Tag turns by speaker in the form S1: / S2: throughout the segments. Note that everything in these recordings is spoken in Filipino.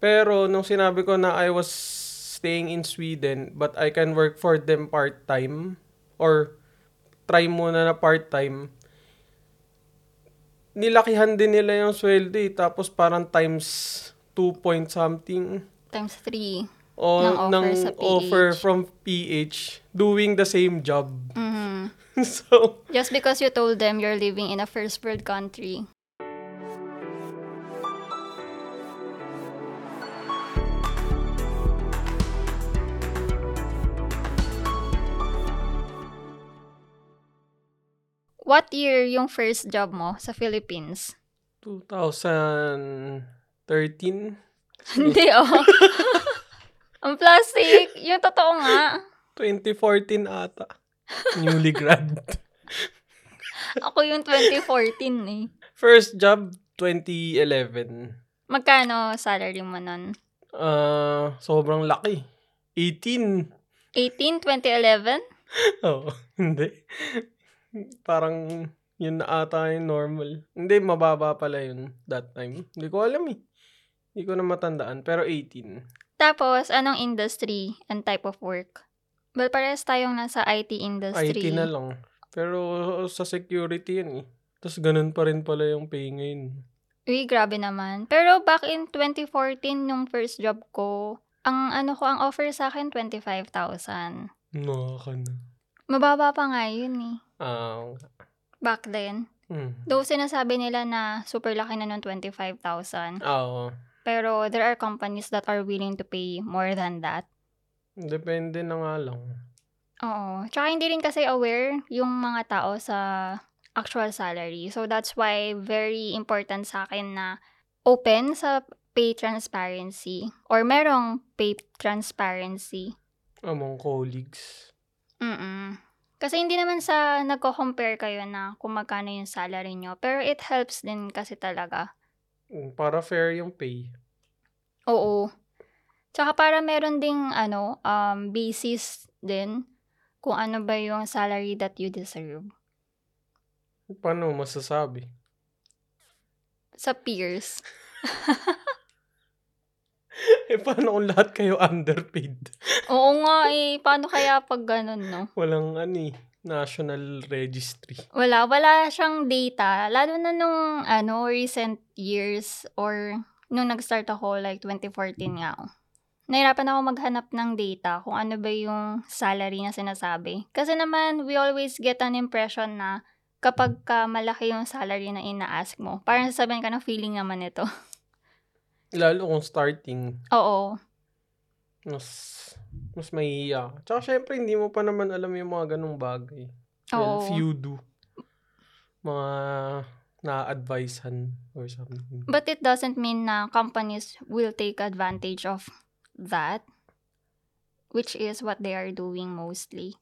S1: Pero nung sinabi ko na I was staying in Sweden but I can work for them part-time or try muna na part-time, nilakihan din nila yung sweldo eh. Tapos parang times 2 point something
S2: Times three.
S1: o
S2: Ng offer
S1: ng
S2: sa PH.
S1: offer from PH doing the same job.
S2: Mhm.
S1: so,
S2: Just because you told them you're living in a first world country. What year yung first job mo sa Philippines?
S1: 2013?
S2: Hindi, oh. Ang plastic. Yung totoo nga.
S1: 2014 ata. Newly grad.
S2: Ako yung 2014 eh.
S1: First job, 2011.
S2: Magkano salary mo nun?
S1: Ah, sobrang laki. 18.
S2: 18, 2011?
S1: Oo, Oh, hindi. Parang yun na ata yung normal. Hindi, mababa pala yun that time. Hindi ko alam eh. Hindi ko na matandaan. Pero 18.
S2: Tapos, anong industry and type of work? Well, parehas tayong nasa IT industry.
S1: IT na lang. Pero sa security yun eh. Tapos ganun pa rin pala yung pay ngayon.
S2: Uy, grabe naman. Pero back in 2014, nung first job ko, ang ano ko, ang offer sa akin, 25,000.
S1: Nakaka na.
S2: Mababa pa nga yun eh.
S1: Ah,
S2: Back then.
S1: mm.
S2: Though sinasabi nila na super laki na nung 25,000.
S1: Ah, Oo.
S2: Pero there are companies that are willing to pay more than that.
S1: Depende na nga lang.
S2: Oo. Tsaka hindi rin kasi aware yung mga tao sa actual salary. So that's why very important sa akin na open sa pay transparency or merong pay transparency.
S1: Among colleagues.
S2: Mm-mm. Kasi hindi naman sa nagko-compare kayo na kung magkano yung salary nyo. Pero it helps din kasi talaga.
S1: Mm, Para fair yung pay.
S2: Oo. Tsaka para meron ding ano, um, basis din kung ano ba yung salary that you deserve
S1: Paano mo masasabi?
S2: sa peers.
S1: Eh, paano kung lahat kayo underpaid?
S2: Oo nga eh. Paano kaya pag ganun, no?
S1: Walang ani, national registry.
S2: Wala, wala siyang data. Lalo na nung, ano, recent years or nung nag-start ako, like 2014 nga. oh. Nahirapan ako maghanap ng data kung ano ba yung salary na sinasabi. Kasi naman, we always get an impression na kapag ka malaki yung salary na ina-ask mo, parang sasabihin ka na feeling naman ito.
S1: Lalo kung starting,
S2: Oo.
S1: mas, mas mahihiya. ka. Tsaka syempre, hindi mo pa naman alam yung mga ganong bagay. Well,
S2: Oo.
S1: few do. Mga na-advisehan or something.
S2: But it doesn't mean na companies will take advantage of that, which is what they are doing mostly.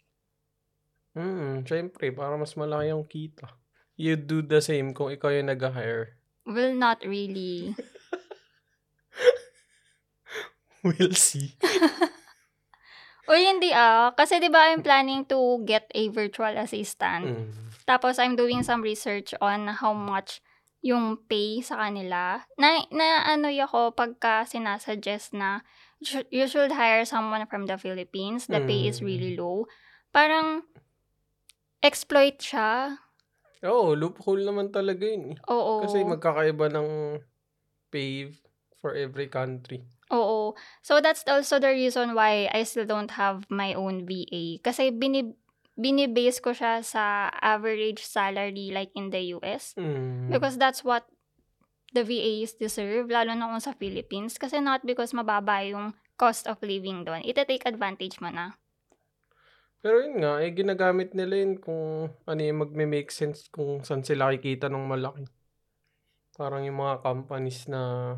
S1: Mm, syempre, para mas malaki yung kita. You do the same kung ikaw yung nag-hire.
S2: Will not really.
S1: We'll see.
S2: Uy, hindi ah. Kasi 'di ba I'm planning to get a virtual assistant.
S1: Mm.
S2: Tapos I'm doing some research on how much yung pay sa kanila. Na, na ano ako pagka sinasuggest na "Sh- you should hire someone from the Philippines. The pay is
S1: Mm.
S2: really low. Parang exploit siya.
S1: Oo, loophole naman talaga yun. eh.
S2: Oo.
S1: Kasi magkakaiba ng pay for every country.
S2: Oo. So that's also the reason why I still don't have my own VA. Kasi binib binibase ko siya sa average salary like in the US.
S1: Mm.
S2: Because that's what the VAs deserve, lalo na kung sa Philippines. Kasi not because mababa yung cost of living doon. Ita-take advantage mo na.
S1: Pero yun nga, eh, ginagamit nila yun kung ano yung magme-make sense kung saan sila kikita ng malaki. Parang yung mga companies na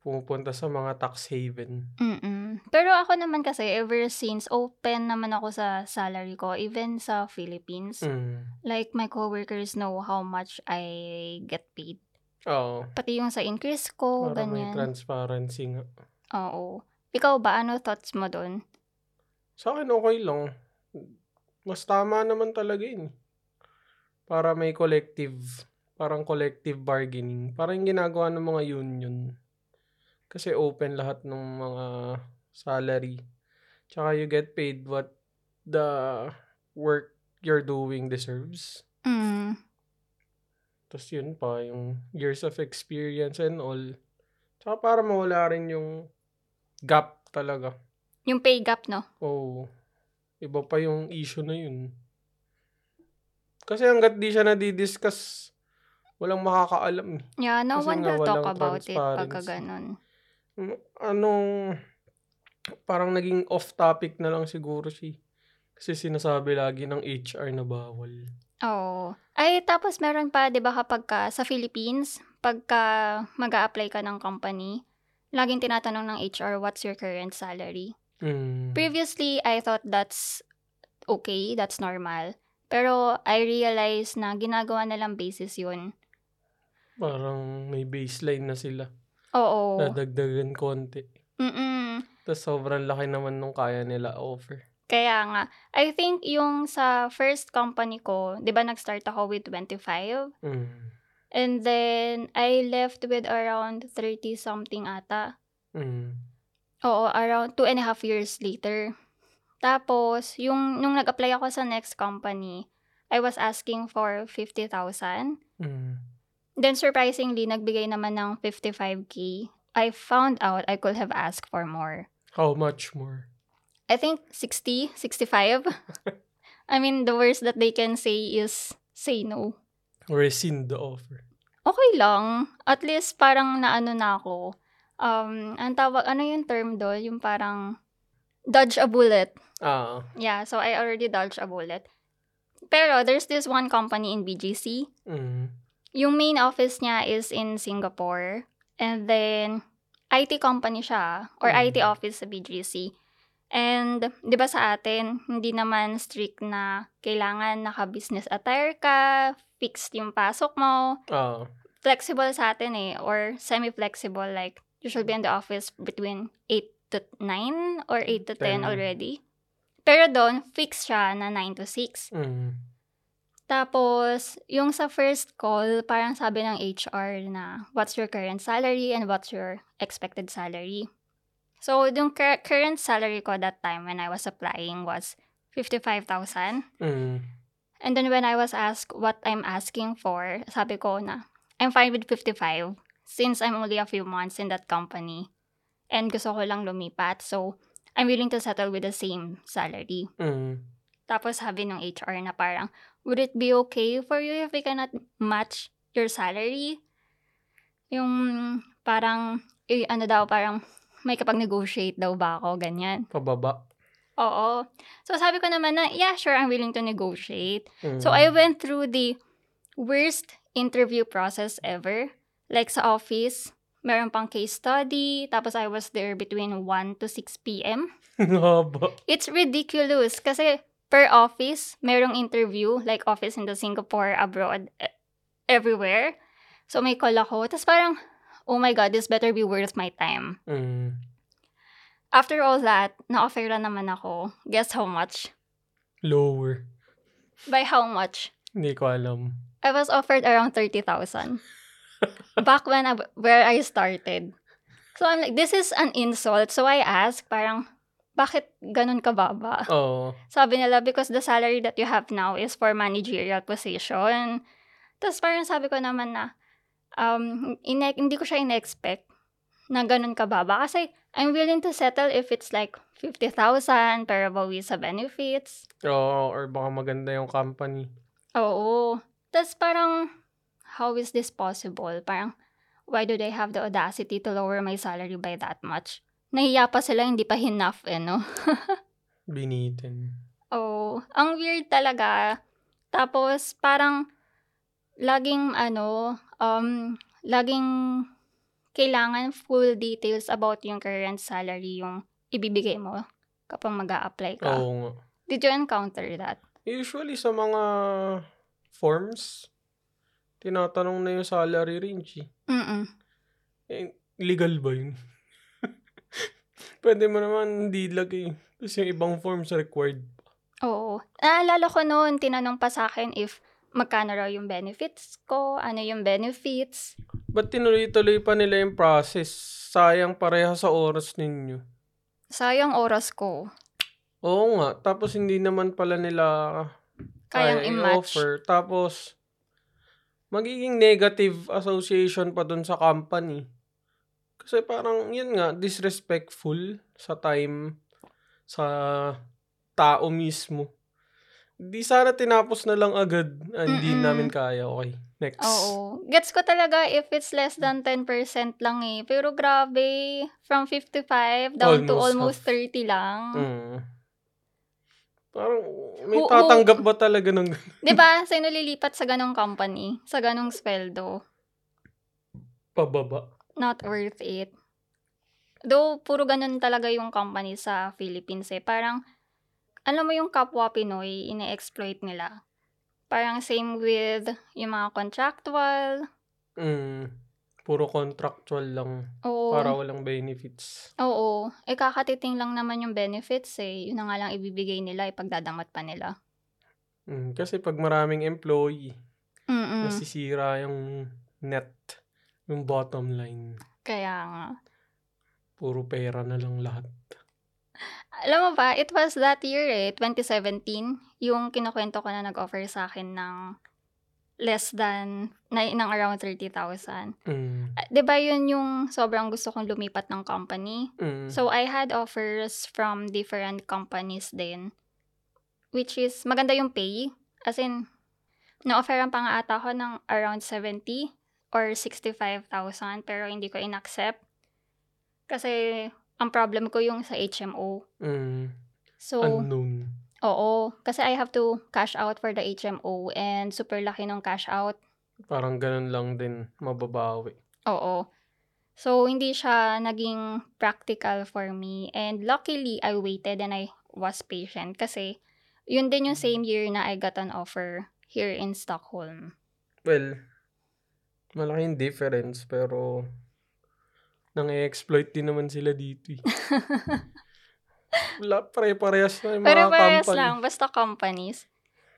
S1: pumupunta sa mga tax haven.
S2: Mm-mm. Pero ako naman kasi, ever since, open naman ako sa salary ko, even sa Philippines.
S1: Mm.
S2: Like, my coworkers know how much I get paid.
S1: Oo.
S2: Pati yung sa increase ko,
S1: Parang may
S2: ganyan.
S1: transparency nga.
S2: Oo. Ikaw ba? Ano thoughts mo doon?
S1: Sa akin, okay lang. Mas tama naman talaga yun. Para may collective, parang collective bargaining. Parang yung ginagawa ng mga union. Kasi open lahat ng mga salary. Tsaka you get paid what the work you're doing deserves.
S2: Mm.
S1: Tapos yun pa, yung years of experience and all. Tsaka para mawala rin yung gap talaga.
S2: Yung pay gap, no?
S1: Oo. iba pa yung issue na yun. Kasi hanggat di siya nadidiscuss, walang makakaalam. eh.
S2: Yeah, no
S1: Kasi
S2: one
S1: nga
S2: will talk
S1: walang
S2: about it pagka
S1: transparency.
S2: ganun.
S1: Mm, Anong, parang naging off-topic na lang siguro si Kasi sinasabi lagi ng HR na bawal.
S2: Oo. Ay, tapos meron pa, di ba kapag ka, sa Philippines, pagka mag apply ka ng company, laging tinatanong ng HR, what's your current salary?
S1: Mm.
S2: Previously, I thought that's okay, that's normal. Pero I realized na ginagawa na lang basis yun.
S1: Parang may baseline na sila.
S2: Oo.
S1: Nadagdagan konti.
S2: Mm-mm.
S1: Tapos sobrang laki naman nung kaya nila offer.
S2: Kaya nga, I think yung sa first company ko, di ba nag-start ako with 25?
S1: Mm.
S2: And then, I left with around 30-something ata.
S1: Mm.
S2: Oo, around two and a half years later. Tapos, yung, nung nag-apply ako sa next company, I was asking for 50,000.
S1: Mm.
S2: Then, surprisingly, nagbigay naman ng 55K. I found out I could have asked for more.
S1: How much more?
S2: I think 60, 65. I mean, the worst that they can say is say no.
S1: Rescind the offer.
S2: okay lang. At least parang naano na ako. Um, ang tawag, ano yung term doon? Yung parang dodge a bullet.
S1: Ah.
S2: Yeah, so I already dodged a bullet. Pero there's this one company in BGC.
S1: Mm.
S2: Yung main office niya is in Singapore. And then, IT company siya. Or
S1: Mm.
S2: IT office sa BGC. And, di ba sa atin, hindi naman strict na kailangan naka-business attire ka, fixed yung pasok mo,
S1: Ah.
S2: flexible sa atin eh, or semi-flexible, like, you should be in the office between 8 to 9 or 8 to 10,
S1: Ten.
S2: already. Pero doon, fix siya na 9 to 6.
S1: Mm.
S2: Tapos, yung sa first call, parang sabi ng HR na, what's your current salary and what's your expected salary? So, yung cur- current salary ko that time when I was applying was 55,000.
S1: Mm.
S2: And then when I was asked what I'm asking for, sabi ko na, I'm fine with 55 since I'm only a few months in that company. And gusto ko lang lumipat. So, I'm willing to settle with the same salary.
S1: Mm.
S2: Tapos sabi ng HR na parang, would it be okay for you if we cannot match your salary? Yung parang, eh, ano daw, parang may kapag negotiate daw ba ako, ganyan.
S1: Pababa.
S2: Oo. So sabi ko naman na, yeah, sure, I'm willing to negotiate.
S1: Mm.
S2: So I went through the worst interview process ever. Like sa office, meron pang case study, tapos I was there between 1 to 6 p.m.
S1: Haba.
S2: It's ridiculous kasi per office, merong interview, like office in the Singapore, abroad, e- everywhere. So may call ako, tapos parang, oh my God, this better be worth my time.
S1: Mm.
S2: After all that, na-offer na naman ako. Guess how much?
S1: Lower.
S2: By how much?
S1: Hindi ko alam.
S2: I was offered around 30,000 back when I, where I started. So I'm like, this is an insult. So I asked, parang, bakit ganun ka baba?
S1: Oo.
S2: Sabi nila, because the salary that you have now is for managerial position. Tapos parang sabi ko naman na, um, ine- hindi ko siya ina-expect na ganun ka baba. Kasi I'm willing to settle if it's like 50,000 pero bawi sa benefits.
S1: Oo. Or baka maganda yung company.
S2: Oo. Tapos parang, how is this possible? Parang, why do they have the audacity to lower my salary by that much? Nahiya pa sila, hindi pa enough eh, no?
S1: Binitin.
S2: Oo. Ang weird talaga. Tapos, parang, laging, ano, um, laging kailangan full details about yung current salary yung ibibigay mo kapag mag apply ka.
S1: Oo nga.
S2: Did you encounter that?
S1: Usually sa mga forms, tinatanong na yung salary range eh.
S2: Mm-mm.
S1: Eh, legal ba yun? Pwede mo naman hindi lagay. Tapos yung ibang forms required.
S2: Oo. Naalala ko noon, tinanong pa sa akin if magkano raw yung benefits ko, ano yung benefits.
S1: Ba't tinuloy-tuloy pa nila yung process? Sayang pareha sa oras ninyo.
S2: Sayang oras ko.
S1: Oo nga, tapos hindi naman pala nila
S2: Kayang
S1: kaya
S2: i-match.
S1: i-offer. Tapos, magiging negative association pa dun sa company. Kasi parang, yun nga, disrespectful sa time, sa tao mismo. Di sana tinapos na lang agad. Ah, Hindi
S2: Mm-mm.
S1: namin kaya. Okay, next.
S2: Oo. Gets ko talaga if it's less than 10% lang eh. Pero grabe, from 55 down to almost
S1: Almost
S2: 30 lang.
S1: Mm. Parang, may
S2: Who- who-
S1: tatanggap ba talaga ng...
S2: 'Di ba? Sino lilipat sa ganong company? Sa ganong sweldo?
S1: pababa.
S2: Not worth it. Though, puro ganun talaga yung company sa Philippines eh. Parang, alam mo yung kapwa Pinoy, ine-exploit nila. Parang same with yung mga contractual.
S1: Mm. Puro contractual lang.
S2: Oo.
S1: Para walang benefits.
S2: Oo. Eh, kakatiting lang naman yung benefits eh. Yun na nga lang ibibigay nila, ipagdadamat pa nila.
S1: Mm, kasi pag maraming employee,
S2: Mm-mm.
S1: nasisira yung net, yung bottom line.
S2: Kaya nga.
S1: Puro pera na lang lahat.
S2: Alam mo ba, it was that year eh, 2017, yung kinukwento ko na nag-offer sa akin ng less than, na, ng around 30,000.
S1: Mm,
S2: Ah, 'Di ba yun yung sobrang gusto kong lumipat ng company?
S1: mm,
S2: So, I had offers from different companies din. Which is, maganda yung pay. As in, na-offeran pa nga ata ako ng around 70 or 65,000 pero hindi ko in-accept. Kasi, ang problem ko yung sa HMO.
S1: mm,
S2: So,
S1: unknown.
S2: oo. Kasi I have to cash out for the HMO and super laki ng cash out.
S1: Parang ganun lang din, mababawi.
S2: Oo. So, hindi siya naging practical for me. And luckily, I waited and I was patient. Kasi, yun din yung same year na I got an offer here in Stockholm.
S1: Well, malaking difference, pero nang exploit din naman sila dito eh. Wala, pare-parehas na yung mga
S2: Pero parehas
S1: company.
S2: lang, basta companies.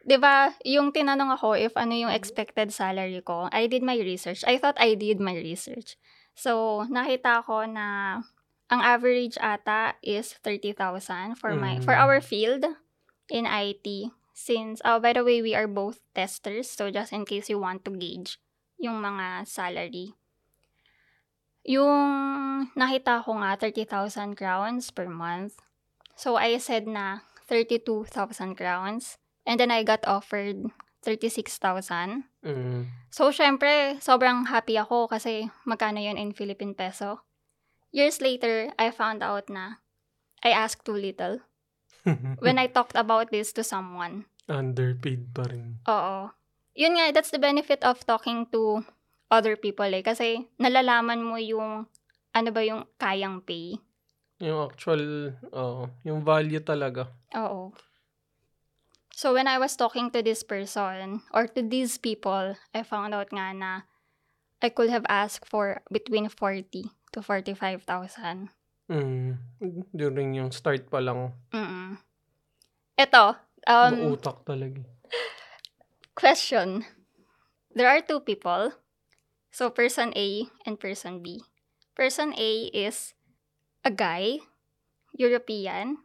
S2: 'Di ba yung tinanong ako if ano yung expected salary ko, I did my research. I thought I did my research. So, nakita ko na ang average ata is 30,000 for my for
S1: Mm.
S2: our field in IT. Since, oh, by the way, we are both testers. So, just in case you want to gauge yung mga salary. Yung nakita ko nga, 30,000 crowns per month. So, I said na 32,000 crowns. And then, I got offered 36,000.
S1: Mm,
S2: So, syempre, sobrang happy ako kasi magkano yun in Philippine peso. Years later, I found out na I asked too little. When I talked about this to someone,
S1: Underpaid pa rin.
S2: Oo. Yun nga, that's the benefit of talking to other people eh. Kasi nalalaman mo yung ano ba yung kayang pay.
S1: Yung actual, oh, yung value talaga.
S2: Oo. So when I was talking to this person or to these people, I found out nga na I could have asked for between 40 to 45,000.
S1: Mm, during yung start pa lang,
S2: Mm. Ito, um
S1: Mautak talaga. eh.
S2: Question. There are two people. So, person A and person B. Person A is a guy, European,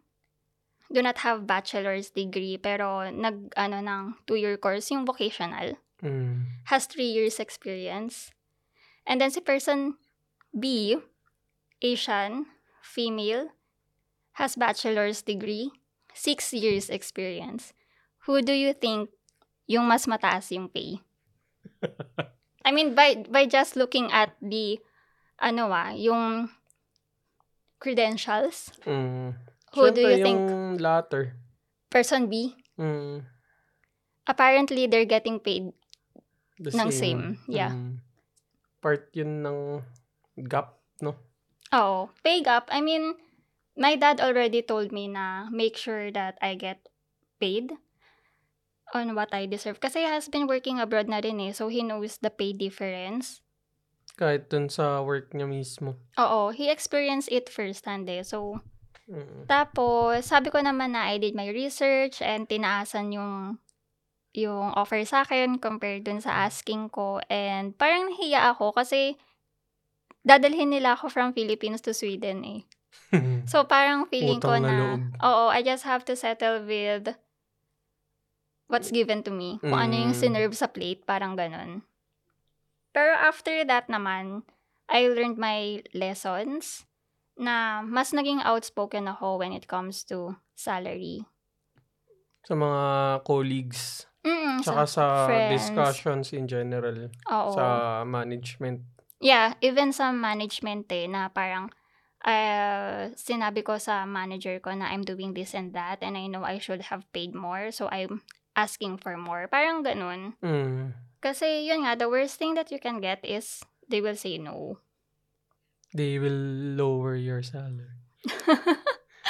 S2: do not have bachelor's degree, pero nag, ano, ng two-year course, yung vocational,
S1: Mm.
S2: has three years experience. And then si person B, Asian, female, has bachelor's degree, six years experience. Who do you think yung mas mataas yung pay? I mean, by, by just looking at the, ano ah, yung credentials,
S1: Mm.
S2: who do you
S1: Siyempre,
S2: think?
S1: yung latter.
S2: Person B,
S1: Mm.
S2: apparently they're getting paid.
S1: The
S2: Ng same, yeah.
S1: Mm. Part yun ng gap, no?
S2: Oh, pay gap. I mean, my dad already told me na make sure that I get paid on what I deserve. Kasi he has been working abroad na rin eh, so he knows the pay difference.
S1: Kahit dun sa work niya mismo.
S2: Oo, he experienced it firsthand eh. So,
S1: Mm.
S2: Tapos, sabi ko naman na I did my research and tinaasan yung yung offer sa akin compared dun sa asking ko. And parang nahiya ako kasi dadalhin nila ako from Philippines to Sweden eh. So parang feeling ko
S1: Mm. Utang
S2: na,
S1: na loob.
S2: oo, I just have to settle with what's given to me. Kung ano yung
S1: Mm.
S2: sinerve sa plate, parang ganun. Pero after that naman, I learned my lessons na mas naging outspoken ako when it comes to salary.
S1: sa mga colleagues,
S2: Mm,
S1: tsaka
S2: so,
S1: sa
S2: friends.
S1: discussions in general,
S2: oo.
S1: sa management.
S2: Yeah, even sa management eh, na parang uh, sinabi ko sa manager ko na I'm doing this and that and I know I should have paid more so I'm asking for more. Parang ganun.
S1: Mm.
S2: Kasi yun nga, the worst thing that you can get is they will say no.
S1: They will lower your salary.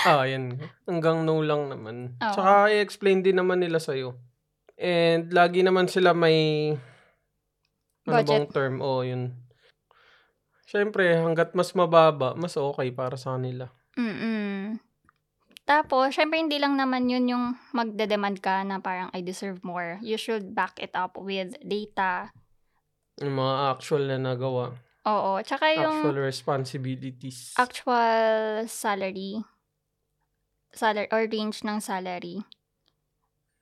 S1: ah, yan. Hanggang no lang naman.
S2: Oo.
S1: Tsaka i-explain din naman nila sa'yo. And lagi naman sila may ano bang
S2: Budget.
S1: term? Oo, yun. Siyempre, hanggat mas mababa, mas okay para sa kanila.
S2: Mm-mm. Tapos, syempre hindi lang naman yun yung magdedemand ka na parang I deserve more. You should back it up with data.
S1: Yung mga actual na nagawa.
S2: Oo. Tsaka yung...
S1: Actual responsibilities.
S2: actual salary salary or range ng salary.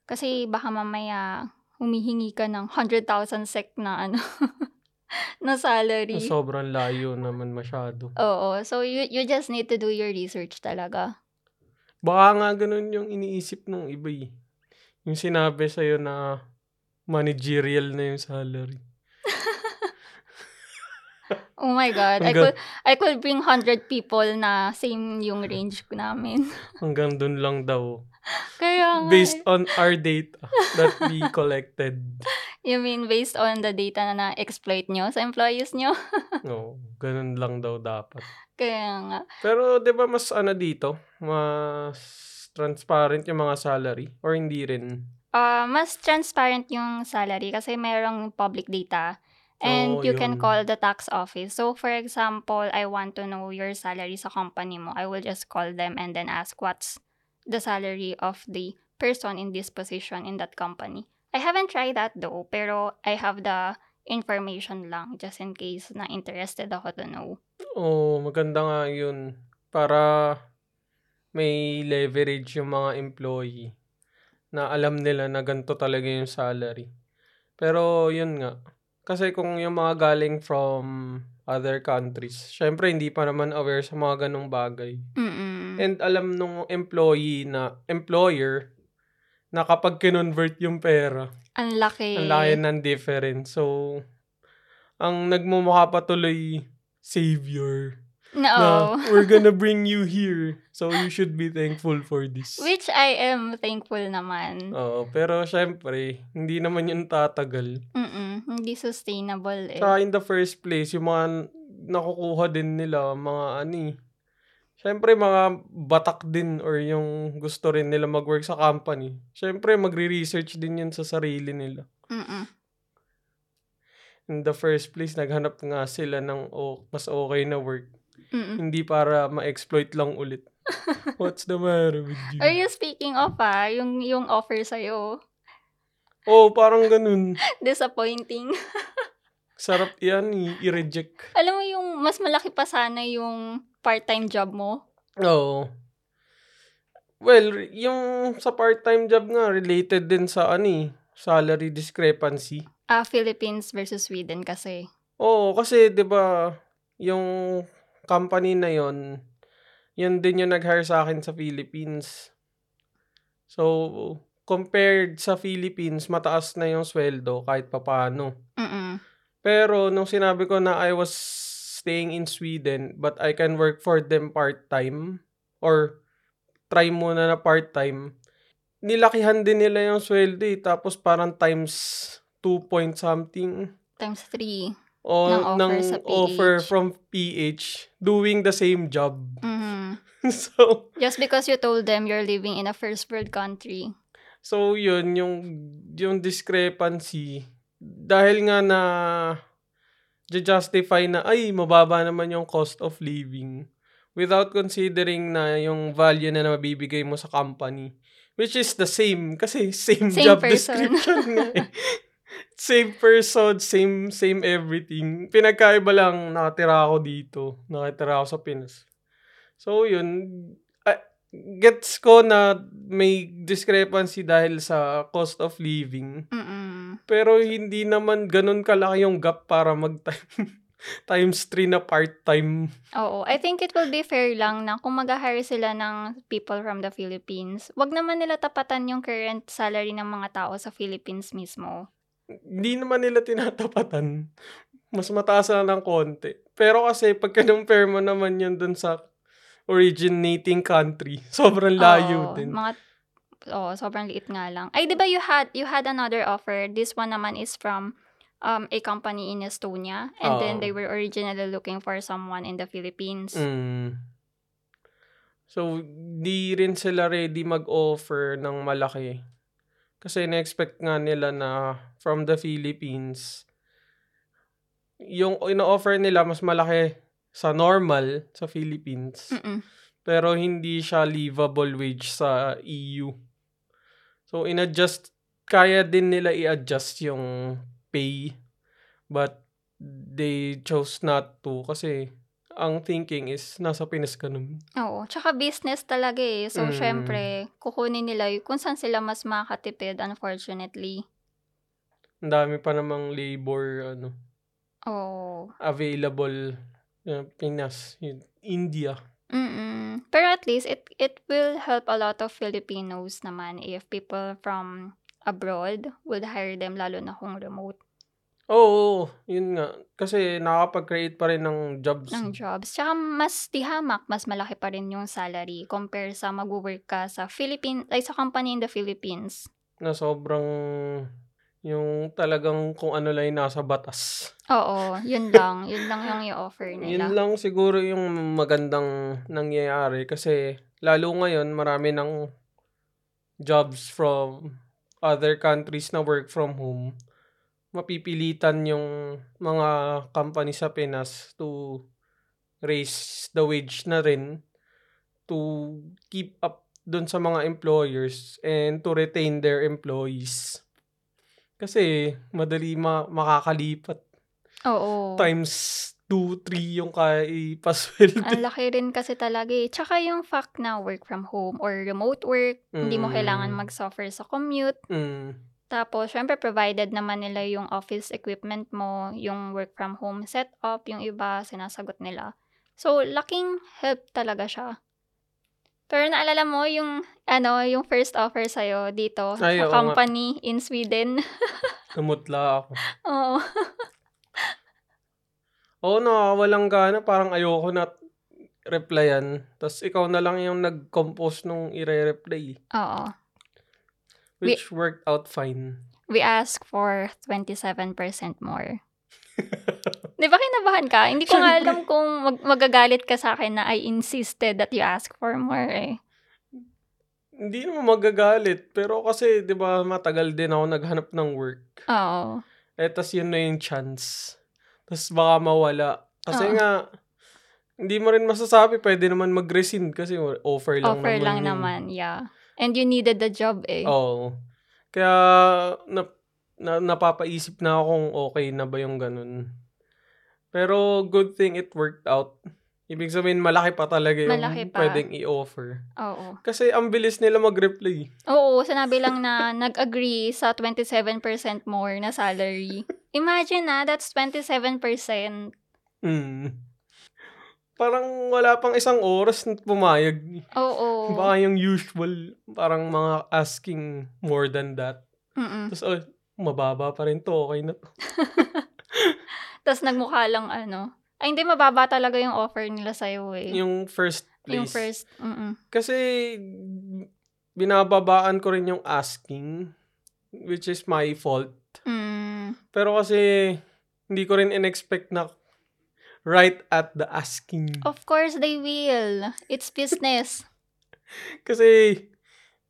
S2: Kasi baka mamaya humihingi ka ng 100,000 sec na ano na salary.
S1: Sobrang layo naman masyado.
S2: Oo, so you you just need to do your research talaga.
S1: Baka nga ganun yung iniisip nung iba eh. Yung sinabi sa'yo na managerial na yung salary.
S2: Oh my god, I
S1: Hanggang-
S2: could I could bring 100 people na same yung range namin.
S1: Hanggang dun lang daw.
S2: Kaya nga, eh.
S1: Based on our data that we collected.
S2: you mean based on the data na na-exploit nyo sa employees nyo?
S1: No, ganun lang daw dapat.
S2: Kaya nga.
S1: Pero 'di ba mas ano dito? Mas transparent yung mga salary or hindi rin?
S2: Ah, mas transparent yung salary kasi mayroong public data.
S1: Oo,
S2: And you
S1: Oh, yun.
S2: can call the tax office. So, for example, I want to know your salary sa company mo. I will just call them and then ask what's the salary of the person in this position in that company. I haven't tried that though, pero I have the information lang just in case na interested ako to know.
S1: Oo, maganda nga 'yun para may leverage yung mga employee na alam nila na ganito talaga yung salary. Pero 'yun nga. Kasi kung yung mga galing from other countries, syempre hindi pa naman aware sa mga ganong bagay.
S2: Mm-mm.
S1: And alam nung employee na, employer, na kapag kinonvert yung pera,
S2: Ang laki.
S1: ang laki ng difference. So, ang nagmumukha pa tuloy, savior.
S2: No.
S1: Na, we're gonna bring you here. So, you should be thankful for this.
S2: Which I am thankful naman.
S1: Oo, pero syempre, hindi naman yun tatagal.
S2: Mm-mm. Hindi sustainable eh.
S1: Tsaka in the first place, yung mga n- nakukuha din nila, mga ani. Siyempre, mga batak din or yung gusto rin nila mag-work sa company. Siyempre, magre-research din yun sa sarili nila.
S2: Mm-mm.
S1: In the first place, naghanap nga sila ng o- mas okay na work.
S2: Mm-mm.
S1: Hindi para ma-exploit lang ulit. What's the matter with you?
S2: Are you speaking of ah, yung, yung offer sa'yo?
S1: Oh, parang ganun.
S2: Disappointing.
S1: Sarap yan, i- i-reject.
S2: Alam mo yung mas malaki pa sana yung part-time job mo?
S1: Oo. Well, re- yung sa part-time job nga, related din sa ani, salary discrepancy.
S2: Ah, Philippines versus Sweden kasi.
S1: Oo, kasi 'di ba, yung company na 'yon, yun din yung nag-hire sa akin sa Philippines. So, compared sa Philippines, mataas na yung sweldo kahit papaano.
S2: Mm-mm.
S1: Pero nung sinabi ko na I was staying in Sweden but I can work for them part-time or try muna na part-time, nilakihan din nila yung sweldo eh. Tapos parang times 2 point something
S2: Times three.
S1: o
S2: Ng offer
S1: ng
S2: sa
S1: offer
S2: PH.
S1: from PH doing the same job.
S2: Mhm.
S1: so,
S2: Just because you told them you're living in a first world country.
S1: So, yun, yung, yung discrepancy, dahil nga na justify na, ay, mababa naman yung cost of living without considering na yung value na nabibigay mo sa company, Which is the same kasi same,
S2: Same
S1: job
S2: person.
S1: description nga eh. same person, same same everything. Pinagkaiba lang nakatira ako dito, nakatira ako sa Pinas. So yun, ah, gets ko na may discrepancy dahil sa cost of living.
S2: Mm-mm.
S1: Pero hindi naman ganun kalaki yung gap para mag times 3 na part-time.
S2: Oo. I think it will be fair lang na kung mag-hire sila ng people from the Philippines, wag naman nila tapatan yung current salary ng mga tao sa Philippines mismo.
S1: Hindi naman nila tinatapatan. Mas mataas na ng konti. Pero kasi pagka compare mo naman yun dun sa originating country, sobrang layo
S2: Oo,
S1: din.
S2: Mga, oh, sobrang liit nga lang. Ay, di ba you had, you had another offer? This one naman is from um, a company in Estonia. And then
S1: Oo.
S2: they were originally looking for someone in the Philippines.
S1: Mm. So, di rin sila ready mag-offer ng malaki. Kasi na-expect nga nila na from the Philippines, yung ino-offer nila mas malaki sa normal sa Philippines.
S2: Mm-mm.
S1: Pero hindi siya livable wage sa EU. So, in-adjust, kaya din nila i-adjust yung pay. But, they chose not to kasi ang thinking is nasa Pinas ka nun.
S2: Oo. Tsaka business talaga eh. So,
S1: Mm.
S2: syempre, kukunin nila yung kung saan sila mas makatipid, unfortunately.
S1: Ang dami pa namang labor ano,
S2: Oo.
S1: available uh, Pinas, yun, India.
S2: Mm-mm. Pero at least, it, it will help a lot of Filipinos naman if people from abroad would hire them, lalo na kung remote.
S1: Oo, oo, yun nga. Kasi nakakapag-create pa rin ng jobs.
S2: ng jobs. Tsaka mas tihamak, mas malaki pa rin yung salary compare sa mag-work ka sa Philippines, ay sa company in the Philippines.
S1: na sobrang yung talagang kung ano lang yung nasa batas.
S2: Oo, yun lang. yun lang yung i-offer
S1: Yun
S2: nila.
S1: lang siguro yung magandang nangyayari kasi lalo ngayon marami ng jobs from other countries na work from home. Mapipilitan yung mga company sa Pinas to raise the wage na rin to keep up dun sa mga employers and to retain their employees. Kasi madali ma- makakalipat
S2: Oo.
S1: times 2, 3 yung kaya ipasweldo.
S2: Ang laki rin kasi talaga eh. Tsaka yung fact na work from home or remote work, hindi mo
S1: Mm.
S2: kailangan mag-suffer sa commute.
S1: Mm.
S2: Tapos, syempre, provided naman nila yung office equipment mo, yung work from home setup, yung iba, sinasagot nila. So, laking help talaga siya. Pero naalala mo yung, ano, yung first offer sa'yo dito
S1: Ay, oo nga.
S2: sa company in Sweden.
S1: Namutla ako.
S2: Oo.
S1: Oo, nakakawalang gana. Parang ayoko na replyan. Tapos ikaw na lang yung nag-compose nung ire-reply.
S2: Oo. Wi-
S1: Which worked out fine.
S2: We ask for 27% more. Di ba kinabahan ka? Hindi ko nga alam kung mag- magagalit ka sa akin na I insisted that you ask for more eh.
S1: Hindi naman magagalit. Pero kasi, di ba, matagal din ako naghanap ng work.
S2: Oo.
S1: Eh, tas yun na yung chance. Tapos baka mawala. Kasi
S2: Oo.
S1: nga, hindi mo rin masasabi, pwede naman mag-resign kasi offer lang
S2: Offer
S1: naman.
S2: lang
S1: yun. Oh.
S2: naman, yeah. And you needed the job eh.
S1: Oo. Kaya na, na, napapaisip na ako kung okay na ba yung ganun. Pero good thing it worked out. Ibig sabihin, malaki pa talaga yung
S2: Malaki pa.
S1: pwedeng i-offer.
S2: Oo.
S1: Kasi ang bilis nila mag-reply.
S2: Oo, sinabi lang na nag-agree sa 27% more na salary. Imagine na, that's 27%.
S1: Mm. Parang wala pang isang oras na pumayag.
S2: Oo.
S1: Baka yung usual, parang mga asking more than that.
S2: Mm-mm.
S1: Tapos, oh, mababa pa rin to, okay na to.
S2: Tapos nagmukha lang ano. Ay, hindi, mababa talaga yung offer nila sa'yo eh.
S1: Yung first place.
S2: Yung first, mm
S1: Kasi binababaan ko rin yung asking which is my fault.
S2: Mm,
S1: Pero kasi hindi ko rin in-expect na right at the asking.
S2: of course they will. It's business.
S1: Kasi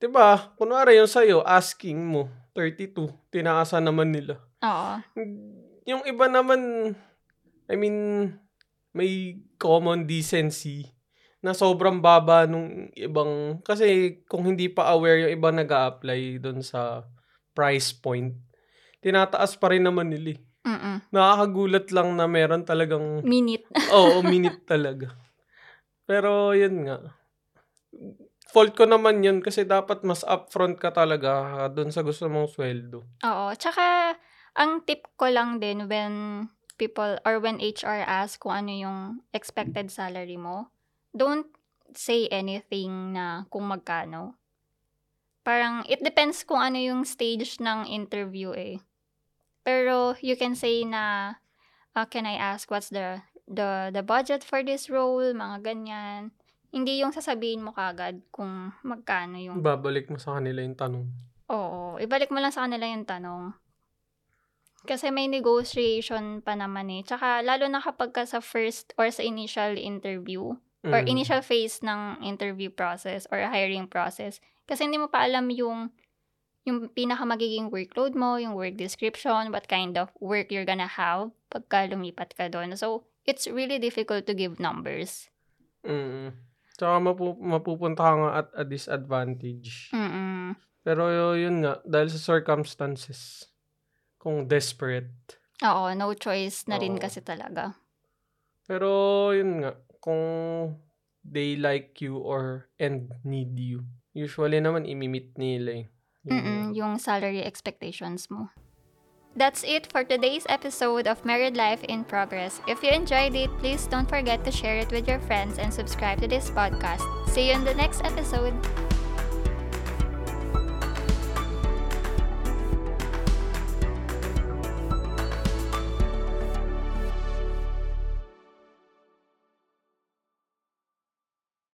S1: 'di ba, kunwari yung sa'yo asking mo 32, tinaasan naman nila.
S2: Oo.
S1: Yung iba naman I mean may common decency na sobrang baba nung ibang kasi kung hindi pa aware yung ibang nag apply doon sa price point, tinataas pa rin naman nila. eh.
S2: Mm-mm.
S1: Nakakagulat lang na meron talagang
S2: Minute.
S1: oo, minute talaga. Pero yun nga. Fault ko naman yun kasi dapat mas upfront ka talaga doon sa gusto mong sweldo.
S2: Oo. Tsaka, ang tip ko lang din when people or when HR asks kung ano yung expected salary mo, don't say anything na kung magkano. Parang, it depends kung ano yung stage ng interview eh. Pero, you can say na, ah, can I ask what's the, the, the budget for this role, mga ganyan. Hindi yung sasabihin mo kagad kung magkano yung
S1: Babalik mo sa kanila yung tanong.
S2: Oo. Ibalik mo lang sa kanila yung tanong. Kasi may negotiation pa naman eh. Tsaka lalo na kapag ka sa first or sa initial interview or
S1: Mm.
S2: initial phase ng interview process or hiring process. Kasi hindi mo pa alam yung yung pinaka magiging workload mo, yung work description, what kind of work you're gonna have pagka lumipat ka doon. So, it's really difficult to give numbers.
S1: Mm. Tsaka mapu- mapupunta ka nga at a disadvantage.
S2: Mm-mm.
S1: Pero yun nga, dahil sa circumstances, kung desperate.
S2: Oo, no choice na
S1: Oo.
S2: rin kasi talaga.
S1: Pero yun nga, kung they like you or and need you. Usually naman, imimit nila eh. Yun
S2: mm yung salary expectations mo. That's it for today's episode of Married Life in Progress. If you enjoyed it, please don't forget to share it with your friends and subscribe to this podcast. See you in the next episode.